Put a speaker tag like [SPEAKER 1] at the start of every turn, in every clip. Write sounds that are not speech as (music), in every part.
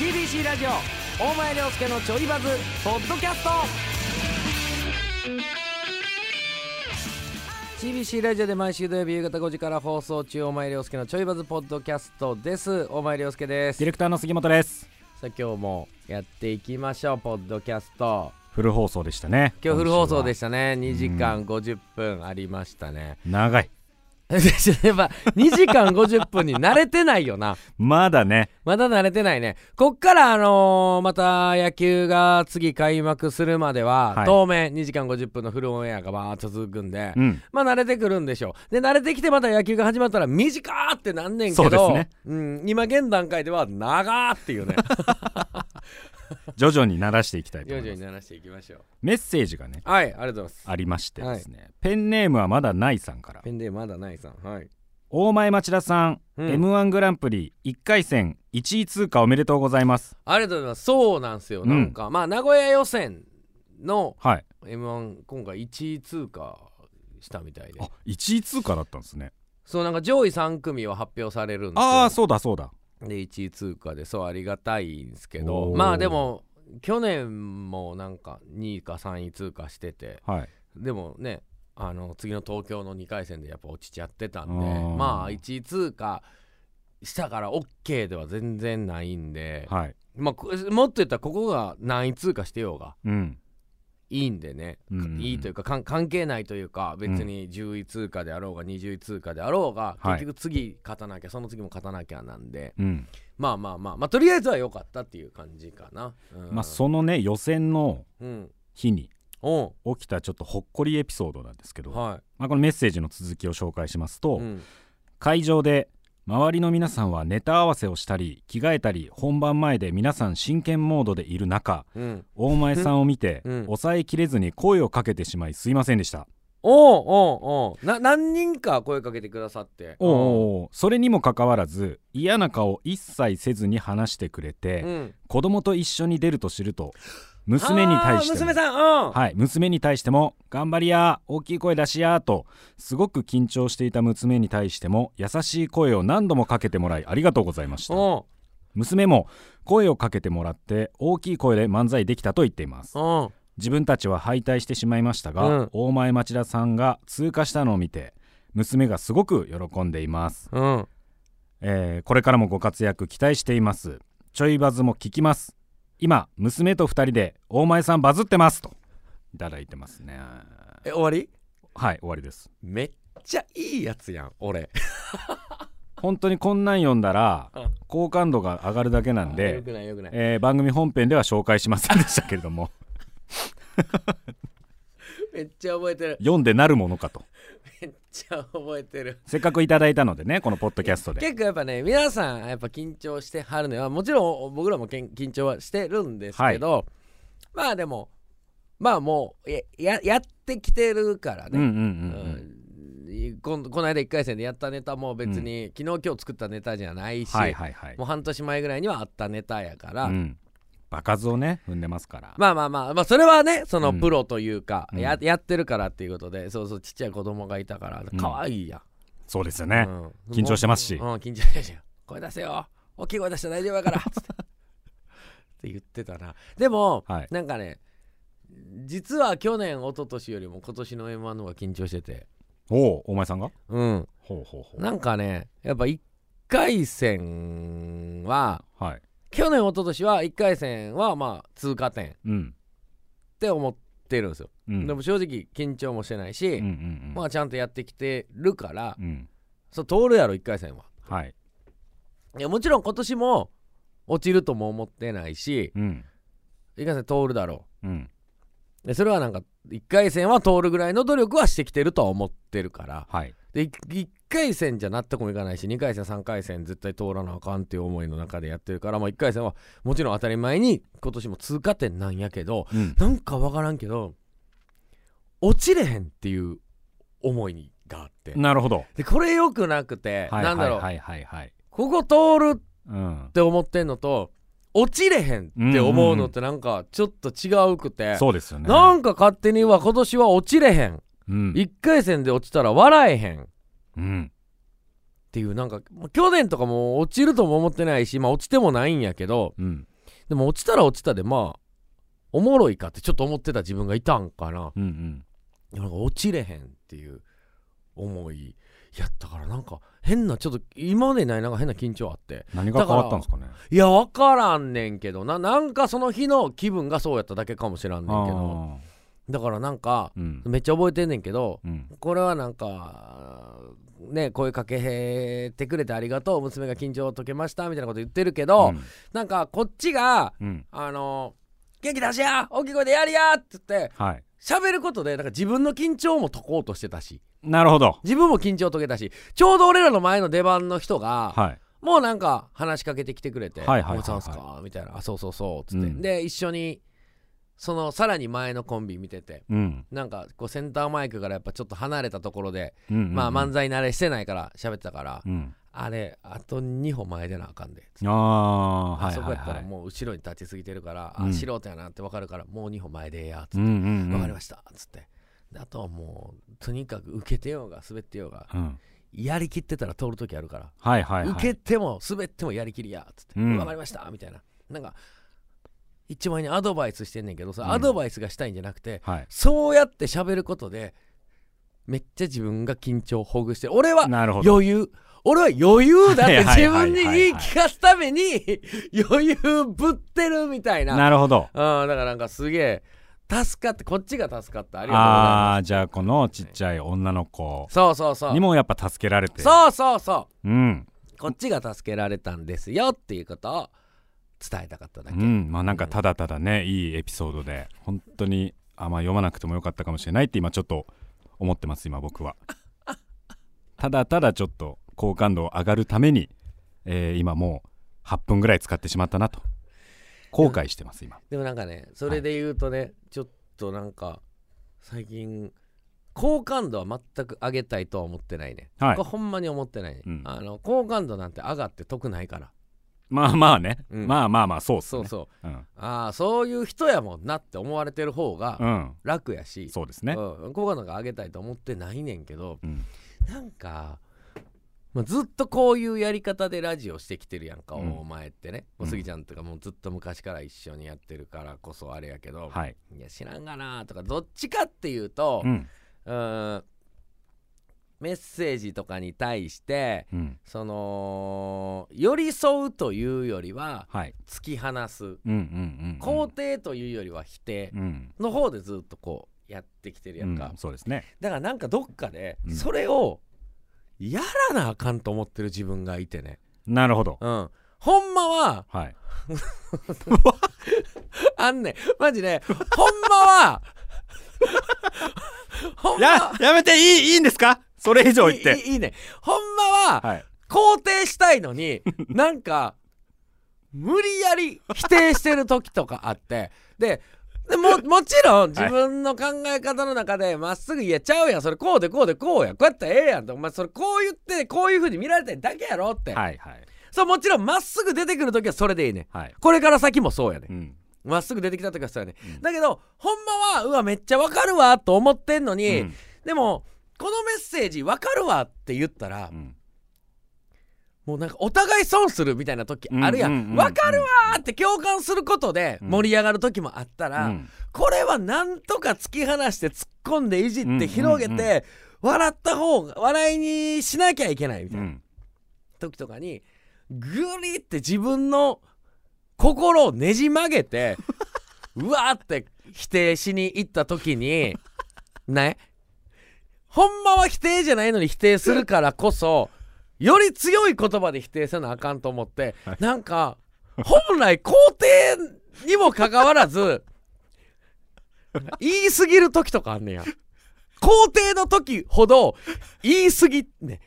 [SPEAKER 1] ABC ラジオ大前涼介のちょいバズポッドキャスト TBC ラジオで毎週土曜日夕方5時から放送中大前涼介のちょいバズポッドキャストです大前涼介です
[SPEAKER 2] ディレクターの杉本です
[SPEAKER 1] さあ今日もやっていきましょうポッドキャスト
[SPEAKER 2] フル放送でしたね
[SPEAKER 1] 今日フル放送で
[SPEAKER 2] し
[SPEAKER 1] したね2時間50分ありましたね、 (laughs)
[SPEAKER 2] た長い
[SPEAKER 1] やっぱ2時間50分に慣れてないよな
[SPEAKER 2] まだね
[SPEAKER 1] まだ慣れてないね。こっから、あのーまた野球が次開幕するまでは、
[SPEAKER 2] はい
[SPEAKER 1] 当面2時間50分のフルオンエアがバーッと続くんで、
[SPEAKER 2] うん
[SPEAKER 1] まあ慣れてくるんでしょう。で、慣れてきてまた野球が始まったら短ーってなんねんけど、
[SPEAKER 2] そうですね
[SPEAKER 1] うん、今現段階では長ーっていう
[SPEAKER 2] (laughs)
[SPEAKER 1] ね、
[SPEAKER 2] 徐々に慣らしていきたいと
[SPEAKER 1] 徐
[SPEAKER 2] 思い
[SPEAKER 1] 々
[SPEAKER 2] ま
[SPEAKER 1] に
[SPEAKER 2] す
[SPEAKER 1] 鳴らしていきましょう。
[SPEAKER 2] メッセージがね
[SPEAKER 1] はい、ありがとうございます。
[SPEAKER 2] ありましてですね、ペンネームはまだないさんから
[SPEAKER 1] ペンデーまだないさん。はい。
[SPEAKER 2] 大前町田さん、
[SPEAKER 1] うん
[SPEAKER 2] m 1グランプリ1回戦1位通過おめでとうございます
[SPEAKER 1] ありがとうございます。そうなんですよ。
[SPEAKER 2] うん
[SPEAKER 1] なんか、まあ名古屋予選の
[SPEAKER 2] はい
[SPEAKER 1] M1、今回1位通過したみたいで
[SPEAKER 2] あ。1位通過だったんですね
[SPEAKER 1] そうなんか上位3組は発表されるんですよ
[SPEAKER 2] ああそうだそうだ
[SPEAKER 1] で1位通過でそうありがたいんですけど
[SPEAKER 2] おー
[SPEAKER 1] まあでも去年もなんか2位か3位通過してて
[SPEAKER 2] はい
[SPEAKER 1] でもねあの次の東京の2回戦でやっぱ落ちちゃってたん
[SPEAKER 2] あ
[SPEAKER 1] で
[SPEAKER 2] ー
[SPEAKER 1] まあ1位通過したから OK では全然ないんで、
[SPEAKER 2] はい
[SPEAKER 1] まあこもっと言ったらここが何位通過してようが
[SPEAKER 2] うん
[SPEAKER 1] いいんでね、
[SPEAKER 2] うん
[SPEAKER 1] いいというかかん関係ないというか別に10位通過であろうが20位通過であろうが、
[SPEAKER 2] はい
[SPEAKER 1] 結局次勝たなきゃその次も勝たなきゃなんで
[SPEAKER 2] うん
[SPEAKER 1] まあまあまあまあとりあえずは良かったっていう感じかな、うん
[SPEAKER 2] まあそのね予選の
[SPEAKER 1] うん
[SPEAKER 2] 日に
[SPEAKER 1] お
[SPEAKER 2] 起きたちょっとほっこりエピソードなんですけ
[SPEAKER 1] う
[SPEAKER 2] ど、
[SPEAKER 1] は
[SPEAKER 2] まあ、このメッセージの続きを紹介しますと、
[SPEAKER 1] い、うん、
[SPEAKER 2] 会場で周りの皆さんはネタ合わせをしたり着替えたり本番前で皆さん真剣モードでいる中
[SPEAKER 1] うん、
[SPEAKER 2] 大前さんを見て
[SPEAKER 1] うん
[SPEAKER 2] 抑えきれずに声をかけてしまいすいませんでした
[SPEAKER 1] おうおうおうな何人か声かけてくださって
[SPEAKER 2] おうおうおうそれにもかかわらず嫌な顔一切せずに話してくれて、
[SPEAKER 1] うん
[SPEAKER 2] 子供と一緒に出ると知ると娘に対して
[SPEAKER 1] あー
[SPEAKER 2] も
[SPEAKER 1] 娘さんうん、
[SPEAKER 2] はい、娘に対しても「頑張りや大きい声出しや」とすごく緊張していた娘に対しても優しい声を何度もかけてもらいありがとうございました
[SPEAKER 1] お
[SPEAKER 2] 娘も声をかけてもらって大きい声で漫才できたと言っています
[SPEAKER 1] うおう
[SPEAKER 2] 自分たちは敗退してしまいましたが、
[SPEAKER 1] うん
[SPEAKER 2] 大前町田さんが通過したのを見て娘がすごく喜んでいます、
[SPEAKER 1] うん
[SPEAKER 2] えーこれからもご活躍期待していますちょいバズも聞きます今娘と2人で大前さんバズってますといただいてますね
[SPEAKER 1] え終わり
[SPEAKER 2] はい終わりです
[SPEAKER 1] めっちゃいいやつやん
[SPEAKER 2] (laughs)
[SPEAKER 1] 俺
[SPEAKER 2] 本当にこんなん読んだら
[SPEAKER 1] うん
[SPEAKER 2] 好感度が上がるだけなん
[SPEAKER 1] よ
[SPEAKER 2] で
[SPEAKER 1] く、ないよくない
[SPEAKER 2] えー番組本編では紹介しませんでしたけれども
[SPEAKER 1] めっちゃ覚えてる
[SPEAKER 2] 読んでなるものかと
[SPEAKER 1] めっちゃ覚えてる
[SPEAKER 2] せっかくいただいたのでねこのポッドキャストで
[SPEAKER 1] (laughs) 結構やっぱね皆さんやっぱ緊張してはるのはもちろん僕らもけん緊張はしてるんですけど、まあでもまあもうやややってきてるから
[SPEAKER 2] うんうん
[SPEAKER 1] ね、
[SPEAKER 2] うんうん
[SPEAKER 1] うんこんこの間1回戦でやったネタも別に、昨日今日作ったネタじゃないし、
[SPEAKER 2] はいはいはい
[SPEAKER 1] もう半年前ぐらいにはあったネタやから、
[SPEAKER 2] うん場数をね踏んでますから
[SPEAKER 1] まあまあまあ、まあ、それはねその
[SPEAKER 2] うん
[SPEAKER 1] プロというか、
[SPEAKER 2] うん
[SPEAKER 1] ややってるからっていうことでそうそうちっちゃい子供がいたから
[SPEAKER 2] うん
[SPEAKER 1] 可愛いやん、
[SPEAKER 2] そうですよ
[SPEAKER 1] う
[SPEAKER 2] ね
[SPEAKER 1] ん
[SPEAKER 2] 緊張してますし
[SPEAKER 1] うん、緊張してるし声出せよ大きい声出して大丈夫や
[SPEAKER 2] (laughs)
[SPEAKER 1] からつってって言ってたなでも、
[SPEAKER 2] はい
[SPEAKER 1] なんかね実は去年一昨年よりも今年の m 1の方が緊張してて
[SPEAKER 2] おおお前さんが
[SPEAKER 1] うん
[SPEAKER 2] ほうほうほ
[SPEAKER 1] なんかねやっぱ1回戦は
[SPEAKER 2] うはい
[SPEAKER 1] 去年一昨年は1回戦はまあ通過点っ
[SPEAKER 2] うん
[SPEAKER 1] て思ってるんですよ、
[SPEAKER 2] うん
[SPEAKER 1] でも正直緊張もしてないし、
[SPEAKER 2] うんうんうん
[SPEAKER 1] まあちゃんとやってきてるから、
[SPEAKER 2] うん
[SPEAKER 1] そう通るやろ1回戦は
[SPEAKER 2] はい
[SPEAKER 1] いやもちろん今年も落ちるとも思ってないし
[SPEAKER 2] うん
[SPEAKER 1] 1回戦通るだろ
[SPEAKER 2] うん
[SPEAKER 1] うでそれはなんか1回戦は通るぐらいの努力はしてきてるとは思ってるから
[SPEAKER 2] はい
[SPEAKER 1] で 1, 回戦じゃ納得もいかないし2回戦3回戦絶対通らなあかんっていう思いの中でやってるから、まあ、1回戦はもちろん当たり前に今年も通過点なんやけど (laughs)
[SPEAKER 2] うん
[SPEAKER 1] なんか分からんけど落ちれへんっていう思いがあって
[SPEAKER 2] なるほど
[SPEAKER 1] でこれ良くなくて、
[SPEAKER 2] はい
[SPEAKER 1] な
[SPEAKER 2] は
[SPEAKER 1] ん
[SPEAKER 2] い
[SPEAKER 1] だろう、
[SPEAKER 2] はいはいはい
[SPEAKER 1] ここ通る
[SPEAKER 2] うん
[SPEAKER 1] って思ってんのと落ちれへんって思うのってなんかちょっと違うくて、
[SPEAKER 2] そうですよね
[SPEAKER 1] なんか勝手には今年は落ちれへん
[SPEAKER 2] うん
[SPEAKER 1] 1回戦で落ちたら笑えへんっ
[SPEAKER 2] うん
[SPEAKER 1] ていうなんかもう去年とかもう落ちるとも思ってないしまあ落ちてもないんやけど
[SPEAKER 2] うん
[SPEAKER 1] でも落ちたら落ちたでまあおもろいかってちょっと思ってた自分がいたんかな
[SPEAKER 2] うんうん
[SPEAKER 1] なんか落ちれへんっていう思いやったからなんか変なちょっと今までにないなんか変な緊張あって
[SPEAKER 2] 何が変わったんですかね
[SPEAKER 1] いや分からんねんけどななんかその日の気分がそうやっただけかもしらんねんけど
[SPEAKER 2] あ
[SPEAKER 1] だからなんか
[SPEAKER 2] ーうん
[SPEAKER 1] めっちゃ覚えてんねんけど
[SPEAKER 2] うん
[SPEAKER 1] これはなんかね声かけてくれてありがとう娘が緊張を解けましたみたいなこと言ってるけど、
[SPEAKER 2] うん
[SPEAKER 1] なんかこっちが
[SPEAKER 2] うん
[SPEAKER 1] あの元気出しや大きい声でやりやって言って
[SPEAKER 2] はい
[SPEAKER 1] 喋ることでなんか自分の緊張も解こうとしてたし
[SPEAKER 2] なるほど
[SPEAKER 1] 自分も緊張解けたしちょうど俺らの前の出番の人が、
[SPEAKER 2] はい
[SPEAKER 1] もうなんか話しかけてきてくれて
[SPEAKER 2] はいはいはいはい
[SPEAKER 1] おさんすか?」みたいな「あそうそうそう」っつって、
[SPEAKER 2] うん
[SPEAKER 1] で一緒にそのさらに前のコンビ見てて
[SPEAKER 2] うん
[SPEAKER 1] なんかこうセンターマイクからやっぱちょっと離れたところで、
[SPEAKER 2] うんうん
[SPEAKER 1] まあ漫才慣れしてないから喋ってたから、
[SPEAKER 2] うん
[SPEAKER 1] あれあと2歩前でなあかんでつって、
[SPEAKER 2] ああはい
[SPEAKER 1] そ
[SPEAKER 2] は
[SPEAKER 1] こ
[SPEAKER 2] い
[SPEAKER 1] やった
[SPEAKER 2] は
[SPEAKER 1] ら
[SPEAKER 2] い
[SPEAKER 1] もう後ろに立ちすぎてるから、
[SPEAKER 2] うん
[SPEAKER 1] あ素人やなって分かるからもう2歩前でええやっつって
[SPEAKER 2] う、んうん
[SPEAKER 1] 分かりま
[SPEAKER 2] し
[SPEAKER 1] したっつってであとはもうとにかく受けてようが滑ってようが
[SPEAKER 2] たうん
[SPEAKER 1] やりきってたら通る時あるから
[SPEAKER 2] はいはいはい
[SPEAKER 1] 受けても滑ってもやりきりやっつって「
[SPEAKER 2] うん
[SPEAKER 1] 分かりました」みたいななんか一番にアドバイスしてんねんけど
[SPEAKER 2] う
[SPEAKER 1] さ
[SPEAKER 2] ん
[SPEAKER 1] アドバイスがしたいんじゃなくて
[SPEAKER 2] はい
[SPEAKER 1] そうやって喋ることでめっちゃ自分が緊張をほぐして俺は
[SPEAKER 2] なるほど
[SPEAKER 1] 余裕俺は余裕だっ
[SPEAKER 2] は
[SPEAKER 1] て
[SPEAKER 2] いはい
[SPEAKER 1] 自
[SPEAKER 2] はいはい
[SPEAKER 1] 分に言い聞かすために余裕ぶってるみたいな
[SPEAKER 2] なるほど
[SPEAKER 1] うんだからなんかすげえ助かってこっちが助かったありがとうござい
[SPEAKER 2] あ
[SPEAKER 1] ま
[SPEAKER 2] あじゃあこのちっちゃい女の子
[SPEAKER 1] すそうそうそう
[SPEAKER 2] にもやっぱ助けられて
[SPEAKER 1] そうそうそう
[SPEAKER 2] うん
[SPEAKER 1] こっちが助けられたんですよっていうことを伝えたかっただ
[SPEAKER 2] う
[SPEAKER 1] け、
[SPEAKER 2] んまあなんかただただねいいエピソードで本当にあまあ読まなくてもよかったかもしれないって今ちょっと思ってます今
[SPEAKER 1] (laughs)
[SPEAKER 2] 僕はただただちょっと好感度を上がるために、えー今もう8分ぐらい使ってしまったなと後悔してます今
[SPEAKER 1] でもなんかねそれで言うとね、ちょっとなんか最近好感度は全く上げたいとは思ってないね、
[SPEAKER 2] はい
[SPEAKER 1] これほんまに思ってないね、
[SPEAKER 2] うん
[SPEAKER 1] あの好感度なんて上がって得ないから
[SPEAKER 2] まあまあね、
[SPEAKER 1] うん
[SPEAKER 2] まあまあまあそうっす
[SPEAKER 1] そう
[SPEAKER 2] ね
[SPEAKER 1] そう
[SPEAKER 2] うん、
[SPEAKER 1] ああそういう人やもんなって思われてる方
[SPEAKER 2] う
[SPEAKER 1] が
[SPEAKER 2] ん、
[SPEAKER 1] 楽やし、
[SPEAKER 2] そうですね
[SPEAKER 1] うん好感度が上げたいと思ってないねんけど
[SPEAKER 2] うん
[SPEAKER 1] なんか、まあずっとこういうやり方でラジオしてきてるやんか、
[SPEAKER 2] うん
[SPEAKER 1] お前ってね
[SPEAKER 2] うん
[SPEAKER 1] おすぎちゃんとかもうずっと昔から一緒にやってるからこそあれやけど、
[SPEAKER 2] はい、
[SPEAKER 1] い、や知らんがなとかどっちかっていうと、
[SPEAKER 2] う
[SPEAKER 1] うんーんメッセージとかに対して
[SPEAKER 2] うん、
[SPEAKER 1] その寄り添うというよりは
[SPEAKER 2] はい
[SPEAKER 1] 突き放す
[SPEAKER 2] うんうんうんうん
[SPEAKER 1] 肯定というよりは否定
[SPEAKER 2] うん
[SPEAKER 1] の方でずっとこうやってきてるやんか、
[SPEAKER 2] うんそうですね
[SPEAKER 1] だからなんかどっかで
[SPEAKER 2] うん
[SPEAKER 1] それをやらなあかんと思ってる自分がいてね
[SPEAKER 2] なるほど
[SPEAKER 1] うんほんま
[SPEAKER 2] (laughs)
[SPEAKER 1] は
[SPEAKER 2] はい
[SPEAKER 1] あんねんマジでほんま
[SPEAKER 2] (laughs)
[SPEAKER 1] はほんま
[SPEAKER 2] ややめていいいいんですかそれ以上言っ
[SPEAKER 1] いい
[SPEAKER 2] て
[SPEAKER 1] いいいねほんまは
[SPEAKER 2] はい
[SPEAKER 1] 肯定したいの
[SPEAKER 2] (laughs)
[SPEAKER 1] になんか無理やり否定してる時とかあってででももちろん自分の考え方の中でまっすぐ「いやちゃうやんそれこうでこうでこうやこうやったらええやん」って「お前それこう言ってこういう風に見られたいだけやろ」って、
[SPEAKER 2] はいはい
[SPEAKER 1] そうもちろんまっすぐ出てくる時はそれでいいね
[SPEAKER 2] はい
[SPEAKER 1] これから先もそうやね
[SPEAKER 2] うん
[SPEAKER 1] まっすぐ出てきた時はそうやね、
[SPEAKER 2] うん
[SPEAKER 1] だけどほんまはうわめっちゃわかるわと思ってんの
[SPEAKER 2] う
[SPEAKER 1] に、
[SPEAKER 2] ん
[SPEAKER 1] でもこのメッセージわかるわって言ったら、
[SPEAKER 2] うん
[SPEAKER 1] もうなんかお互い損するみたいな時あるやん,、
[SPEAKER 2] う
[SPEAKER 1] わ
[SPEAKER 2] ううう
[SPEAKER 1] かるわーって共感することで盛り上がる時もあったら、
[SPEAKER 2] うん
[SPEAKER 1] これはなんとか突き放して突っ込んでいじ
[SPEAKER 2] うん
[SPEAKER 1] っ
[SPEAKER 2] うんう
[SPEAKER 1] て
[SPEAKER 2] ん
[SPEAKER 1] 広げて、笑った方が笑いにしなきゃいけないみた
[SPEAKER 2] う
[SPEAKER 1] いなん時とかにぐりって自分の心をねじ曲げ
[SPEAKER 2] (laughs)
[SPEAKER 1] てうわーって否定しに行った時にねほんまは否定じゃないのに否定するからこそより強い言葉で否定せなあかんと思って
[SPEAKER 2] はい
[SPEAKER 1] なんか本来肯定にもかかわらず言い過ぎる時とかあんねや肯定の時ほど言い過ぎね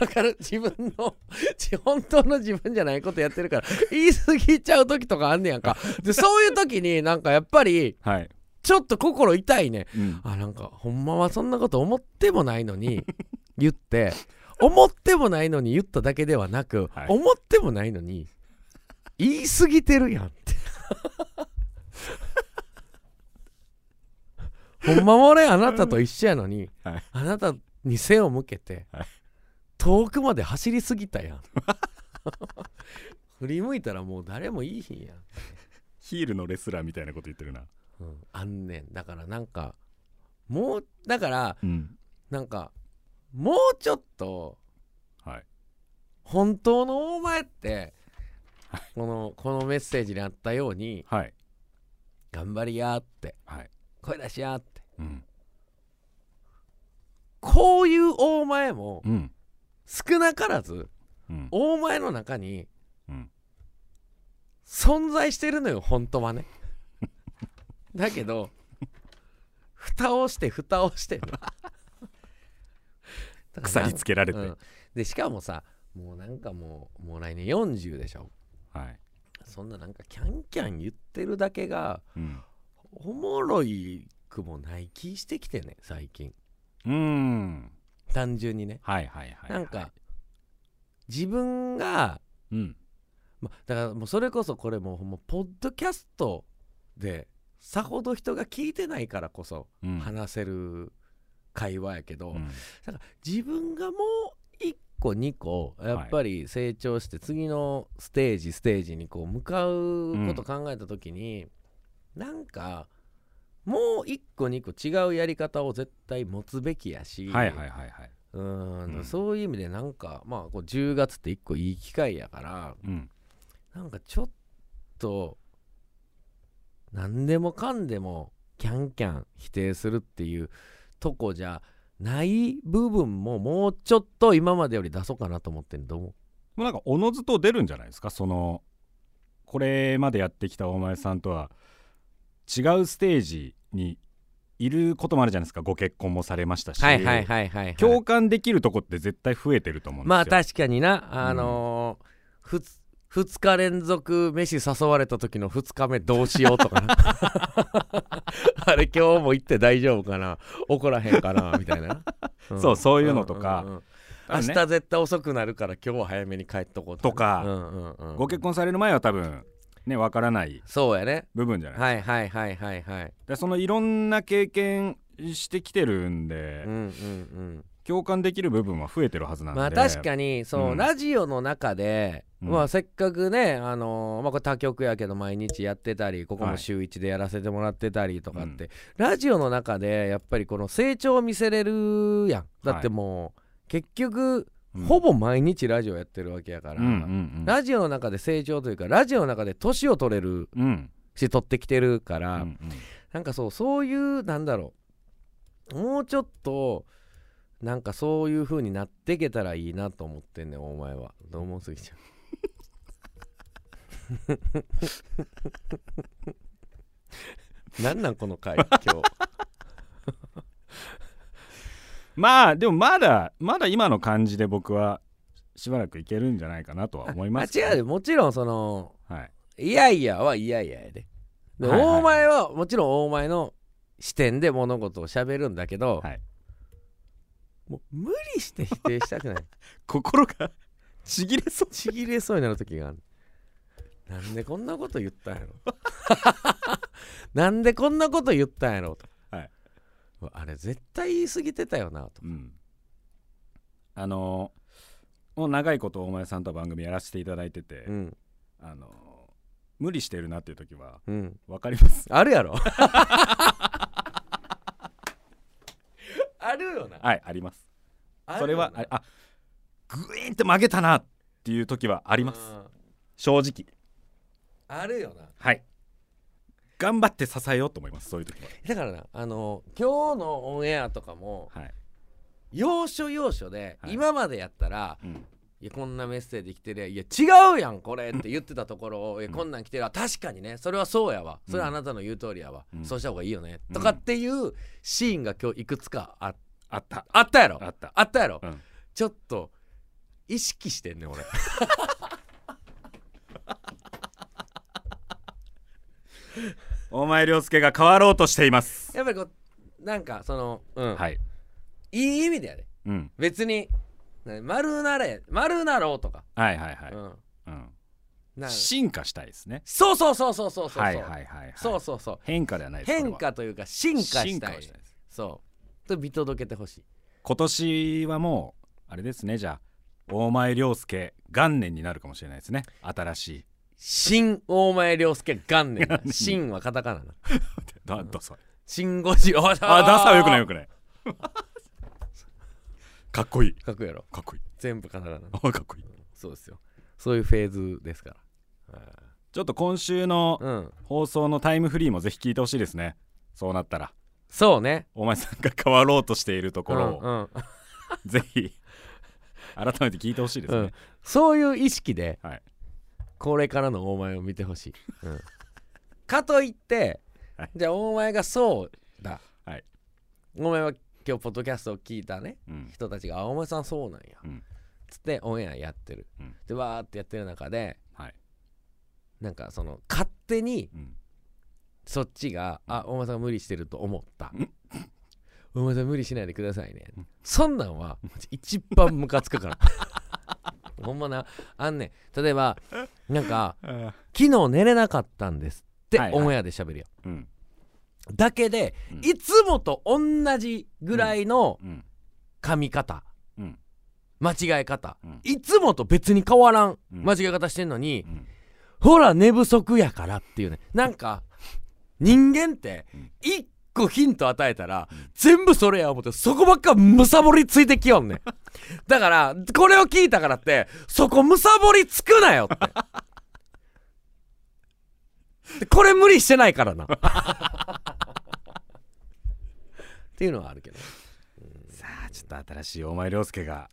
[SPEAKER 1] わかる自分のち本当の自分じゃないことやってるから言い過ぎちゃう時とかあんねやんかでそういう時になんかやっぱり
[SPEAKER 2] はい
[SPEAKER 1] ちょっと心痛いね
[SPEAKER 2] うん
[SPEAKER 1] あなんかほんまはそんなこと思ってもないのに (laughs) 言って思ってもないのに言っただけではなく、
[SPEAKER 2] はい
[SPEAKER 1] 思ってもないのに言い過ぎてるやんって (laughs) ほんまは俺あなたと一緒やのに、
[SPEAKER 2] はい
[SPEAKER 1] あなたに背を向けて、
[SPEAKER 2] はい (laughs)
[SPEAKER 1] 遠くまで走りすぎたやん振り向いたらもう誰もいいひんやん、
[SPEAKER 2] ヒールのレスラーみたいなこと言ってるな
[SPEAKER 1] うん、あんねんだからなんかもうだから
[SPEAKER 2] うん
[SPEAKER 1] なんかもうちょっと
[SPEAKER 2] はい
[SPEAKER 1] 本当のお前ってこのこのメッセージにあったように
[SPEAKER 2] はい
[SPEAKER 1] 頑張りやーって
[SPEAKER 2] はい
[SPEAKER 1] 声出しやーって
[SPEAKER 2] うん
[SPEAKER 1] こういう大前も
[SPEAKER 2] うん
[SPEAKER 1] 少なからず
[SPEAKER 2] うん
[SPEAKER 1] 大前の中に
[SPEAKER 2] うん
[SPEAKER 1] 存在してるのよ本当はねだけど蓋をして蓋をしてる
[SPEAKER 2] (laughs) 鎖つけられて、
[SPEAKER 1] うんでしかもさもうなんかもうもう来年40でしょ
[SPEAKER 2] はい、
[SPEAKER 1] そんななんかキャンキャン言ってるだけが
[SPEAKER 2] うん、
[SPEAKER 1] おもろいくもない気してきてね最近
[SPEAKER 2] うーん
[SPEAKER 1] 単純にね
[SPEAKER 2] はいはいはいはい
[SPEAKER 1] なんか自分が、
[SPEAKER 2] うん
[SPEAKER 1] ま、だからもうそれこそこれもうほんまポッドキャストでさほど人が聞いてないからこそ
[SPEAKER 2] うん
[SPEAKER 1] 話せる会話やけど、
[SPEAKER 2] うん
[SPEAKER 1] 自分がもう1個2個やっぱり成長して次のステージステージにこう向かうこと考えた時に、なんかもう1個2個違うやり方を絶対持つべきやし、
[SPEAKER 2] はいはいはいはい
[SPEAKER 1] うん
[SPEAKER 2] うん
[SPEAKER 1] そういう意味でなんかまあこう10月って1個いい機会やから
[SPEAKER 2] うん
[SPEAKER 1] なんかちょっと何でもかんでもキャンキャン否定するっていうとこじゃない部分ももうちょっと今までより出そうかなと思ってんどうも
[SPEAKER 2] もうなんかおのずと出るんじゃないですかそのこれまでやってきたお前さんとは違うステージにいることもあるじゃないですかご結婚もされましたし、
[SPEAKER 1] はいはいはいはい、はい、
[SPEAKER 2] 共感できるとこって絶対増えてると思うんですよ
[SPEAKER 1] まあ確かになあのーふつ2日連続飯誘われた時の2日目どうしようとか
[SPEAKER 2] (laughs)
[SPEAKER 1] なあれ今日も行って大丈夫かな怒らへんかなみたいな、ん
[SPEAKER 2] そうそういうのとか
[SPEAKER 1] んうんうん
[SPEAKER 2] 多分ね
[SPEAKER 1] 明日絶対遅くなるから今日は早めに帰っとこう
[SPEAKER 2] とか
[SPEAKER 1] うんうんうん
[SPEAKER 2] ご結婚される前は多分ねわからない
[SPEAKER 1] そうやね
[SPEAKER 2] 部分じゃない、
[SPEAKER 1] はいはいはいはいはい
[SPEAKER 2] でそのいろんな経験してきてるんで、
[SPEAKER 1] うんうんうん
[SPEAKER 2] 共感できる部分は増えてるはずなんで
[SPEAKER 1] まあ確
[SPEAKER 2] に
[SPEAKER 1] かにそう、
[SPEAKER 2] うん
[SPEAKER 1] ラジオの中で、
[SPEAKER 2] うん
[SPEAKER 1] まあせっかくねあのーまあこれ他局やけど毎日やってたりここ
[SPEAKER 2] は
[SPEAKER 1] も
[SPEAKER 2] い
[SPEAKER 1] 週1でやらせてもらってたりとかって、ラジオの中でやっぱりこの成長を見せれるやんだってもう、結局ほ
[SPEAKER 2] ぼ
[SPEAKER 1] ぼ毎日ラジオやってるわけやから、
[SPEAKER 2] うんうん
[SPEAKER 1] ラジオの中で成長というかラジオの中で年を取れる
[SPEAKER 2] うんうん
[SPEAKER 1] し取ってきてるから、
[SPEAKER 2] うんうん
[SPEAKER 1] なんかそうそういうなんだろうもうちょっとなんかそういう風になっていけたらいいなと思ってんねんお前はどうもすぎちゃんなんなんこの回今日
[SPEAKER 2] まあでもまだまだ今の感じで僕はしばらくいけるんじゃないかなとは思います
[SPEAKER 1] あ違うよもちろんその
[SPEAKER 2] はい
[SPEAKER 1] いやいやはいやいややでで、
[SPEAKER 2] はいはいはい
[SPEAKER 1] 大前はもちろん大前の視点で物事を喋るんだけど、
[SPEAKER 2] はい
[SPEAKER 1] もう無理して否定したくない
[SPEAKER 2] 心がちぎれそう
[SPEAKER 1] ちぎれそうになる時があるなんでこんなこと言ったんやろ (laughs) なんでこんなこと言ったんやろと、
[SPEAKER 2] はい、
[SPEAKER 1] あれ絶対言い過ぎてたよなと
[SPEAKER 2] うんあのもう長いことお前さんとは番組やらせていただいてて、
[SPEAKER 1] うん
[SPEAKER 2] あの無理してるなっていう時は
[SPEAKER 1] うん
[SPEAKER 2] 分か
[SPEAKER 1] (laughs)
[SPEAKER 2] ります
[SPEAKER 1] あるやろあるよな
[SPEAKER 2] はいあります
[SPEAKER 1] あるよな
[SPEAKER 2] それはああグイーンって曲げたなっていう時はあります
[SPEAKER 1] うん
[SPEAKER 2] 正直
[SPEAKER 1] あるよな
[SPEAKER 2] はい頑張って支えようと思いますそういう時は
[SPEAKER 1] だからなあの今日のオンエアとかも
[SPEAKER 2] はい、
[SPEAKER 1] 要所要所で、
[SPEAKER 2] はい
[SPEAKER 1] 今までやったら
[SPEAKER 2] うん、
[SPEAKER 1] いやこんなメッセージ来てりゃいや違うやんこれって言ってたところをいやこんなん来てりゃ確かにねそれはそうやわそれはあなたの言う通りやわ、
[SPEAKER 2] うん
[SPEAKER 1] そうした方がいいよね、
[SPEAKER 2] うん
[SPEAKER 1] とかっていうシーンが今日いくつかあ
[SPEAKER 2] あった
[SPEAKER 1] あったやろ
[SPEAKER 2] あった
[SPEAKER 1] あったやろ、
[SPEAKER 2] うん
[SPEAKER 1] ちょっと意識してんねん
[SPEAKER 2] (laughs)
[SPEAKER 1] 俺
[SPEAKER 2] お前涼介が変わろうとしています
[SPEAKER 1] やっぱりこうなんかその、うん
[SPEAKER 2] はい
[SPEAKER 1] い、い意味でやで
[SPEAKER 2] うん
[SPEAKER 1] 別にな丸なれ丸なろうとか、
[SPEAKER 2] はいはいはい、
[SPEAKER 1] うん
[SPEAKER 2] うん
[SPEAKER 1] な
[SPEAKER 2] 進化したいですね
[SPEAKER 1] そうそうそうそうそうそうそう、
[SPEAKER 2] はいはいはいはい
[SPEAKER 1] そうそうそう
[SPEAKER 2] 変化ではないです
[SPEAKER 1] 変化というか進
[SPEAKER 2] こ
[SPEAKER 1] 化した
[SPEAKER 2] れは
[SPEAKER 1] い
[SPEAKER 2] 進化をしたいです
[SPEAKER 1] そうと見届けてほしい
[SPEAKER 2] 今年はもうあれですねじゃあ大前涼介元年になるかもしれないですね新しい
[SPEAKER 1] 新大前涼介元年な新はカタカナな
[SPEAKER 2] だださい
[SPEAKER 1] 新ゴジラ
[SPEAKER 2] あダサいよくないよくないかっこいい
[SPEAKER 1] 書くやろ
[SPEAKER 2] かっこいい (laughs)
[SPEAKER 1] 全部カタカナな
[SPEAKER 2] あかっこいい
[SPEAKER 1] そうですよそういうフェーズですから
[SPEAKER 2] ちょっと今週の
[SPEAKER 1] うん
[SPEAKER 2] 放送のタイムフリーもぜひ聞いてほしいですねそうなったら
[SPEAKER 1] そうね
[SPEAKER 2] お前さんが変わろうとしているところを、
[SPEAKER 1] うんうん
[SPEAKER 2] (laughs) ぜひ改めて聞いてほしいですね、
[SPEAKER 1] うんそういう意識で、
[SPEAKER 2] はい
[SPEAKER 1] これからの大前を見てほしい、
[SPEAKER 2] (laughs)
[SPEAKER 1] うんかといって、
[SPEAKER 2] はい
[SPEAKER 1] じゃあ大前がそうだ、
[SPEAKER 2] はい
[SPEAKER 1] 大前は今日ポッドキャストを聞いたね
[SPEAKER 2] うん
[SPEAKER 1] 人たちが「あ大前さんそうなんや」
[SPEAKER 2] うん
[SPEAKER 1] つってオンエアやってる、
[SPEAKER 2] うん
[SPEAKER 1] でわーってやってる中で
[SPEAKER 2] はい
[SPEAKER 1] なんかその勝手に
[SPEAKER 2] うん
[SPEAKER 1] そっちが「あ大前さん無理してると思った
[SPEAKER 2] うん」
[SPEAKER 1] 「大前さん無理しないでくださいね」
[SPEAKER 2] うん
[SPEAKER 1] そんなんは一番ムカつ
[SPEAKER 2] (laughs)
[SPEAKER 1] くからほんまなあんねん例えばなんか昨日寝れなかったんですって
[SPEAKER 2] はいはい
[SPEAKER 1] オンエアで喋るよ、
[SPEAKER 2] うん
[SPEAKER 1] だけで、
[SPEAKER 2] うん
[SPEAKER 1] いつもと同じぐらいの
[SPEAKER 2] うん
[SPEAKER 1] 噛み方、
[SPEAKER 2] うん
[SPEAKER 1] 間違え方、
[SPEAKER 2] うん
[SPEAKER 1] いつもと別に変わらん
[SPEAKER 2] うん
[SPEAKER 1] 間違え方してんのに、
[SPEAKER 2] うん
[SPEAKER 1] ほら寝不足やからっていうねなんか人間って
[SPEAKER 2] うん
[SPEAKER 1] 一個ヒント与えたら、全部それや思ってそこばっかむさぼりついてきよんねんだからこれを聞いたからってそこむさぼりつくなよってでこれ無理してないからなっていうのはあるけど
[SPEAKER 2] さあちょっと新しい大前涼介が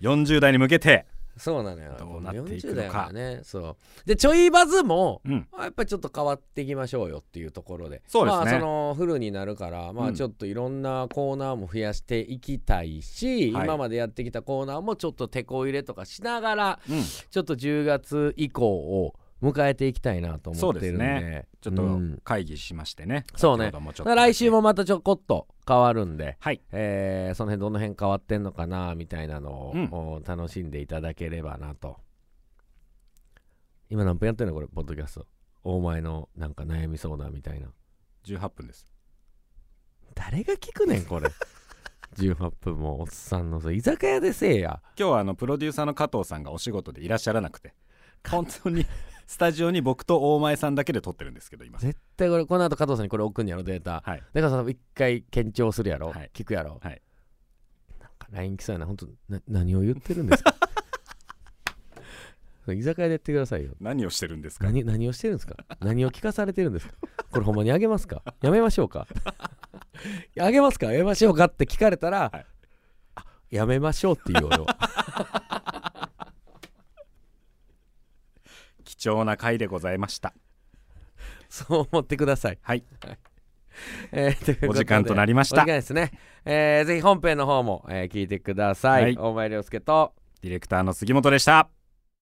[SPEAKER 2] 40代に向けて
[SPEAKER 1] そうなのよ
[SPEAKER 2] どうなっていくのか
[SPEAKER 1] 40代はねそうでちょいバズも
[SPEAKER 2] うん
[SPEAKER 1] まあやっぱりちょっと変わっていきましょうよっていうところで
[SPEAKER 2] そうですね
[SPEAKER 1] まあ、そのフルになるから、ま
[SPEAKER 2] う
[SPEAKER 1] あ、
[SPEAKER 2] ん
[SPEAKER 1] ちょっといろんなコーナーも増やしていきたいし、
[SPEAKER 2] はい
[SPEAKER 1] 今までやってきたコーナーもちょっと手こ入れとかしながら
[SPEAKER 2] うん
[SPEAKER 1] ちょっと10月以降を迎えていきたいなと思ってるんで
[SPEAKER 2] そうですちょっ
[SPEAKER 1] うん
[SPEAKER 2] と会議しましてね、
[SPEAKER 1] そうね
[SPEAKER 2] 先ほどもちょっと
[SPEAKER 1] まあ来週もまたちょこっと変わるんで、
[SPEAKER 2] はい
[SPEAKER 1] えーその辺どの辺変わってんのかなみたいなのを、
[SPEAKER 2] うん
[SPEAKER 1] お楽しんでいただければなと今何分やってんのこれポッドキャスト大前のなんか悩み相談みたいな
[SPEAKER 2] 18分です
[SPEAKER 1] 誰が聞くねんこ
[SPEAKER 2] (laughs)
[SPEAKER 1] れ18分もおっさんのそれ居酒屋でせえや
[SPEAKER 2] 今日はあのプロデューサーの加藤さんがお仕事でいらっしゃらなくて本当にスタジオに僕と大前さんだけで撮ってるんですけど今
[SPEAKER 1] 絶対これこの後加藤さんにこれ送んやろデータ
[SPEAKER 2] はい
[SPEAKER 1] だからさ一回検証するやろ、
[SPEAKER 2] はい
[SPEAKER 1] 聞くやろ、
[SPEAKER 2] はい
[SPEAKER 1] なんか LINE 来そうやな本当な何を言ってるん
[SPEAKER 2] (laughs)
[SPEAKER 1] ですか居酒屋でやってくださいよ
[SPEAKER 2] 何をしてるんですか
[SPEAKER 1] 何何をしてるんですか何を聞かされてるんですかこれほんまにあげますかやめましょうかあげますかやめましょうかって聞かれたら、
[SPEAKER 2] はい
[SPEAKER 1] あやめましょうっていう
[SPEAKER 2] (laughs)
[SPEAKER 1] 俺は
[SPEAKER 2] 貴重な回でございました
[SPEAKER 1] そう思ってください、
[SPEAKER 2] はい
[SPEAKER 1] えーということで
[SPEAKER 2] お時間となりまし
[SPEAKER 1] お
[SPEAKER 2] た
[SPEAKER 1] 時間ですね、えーぜひ本編の方も、えー聞いてください、
[SPEAKER 2] はい
[SPEAKER 1] 大前涼介と
[SPEAKER 2] ディレクターの杉本でした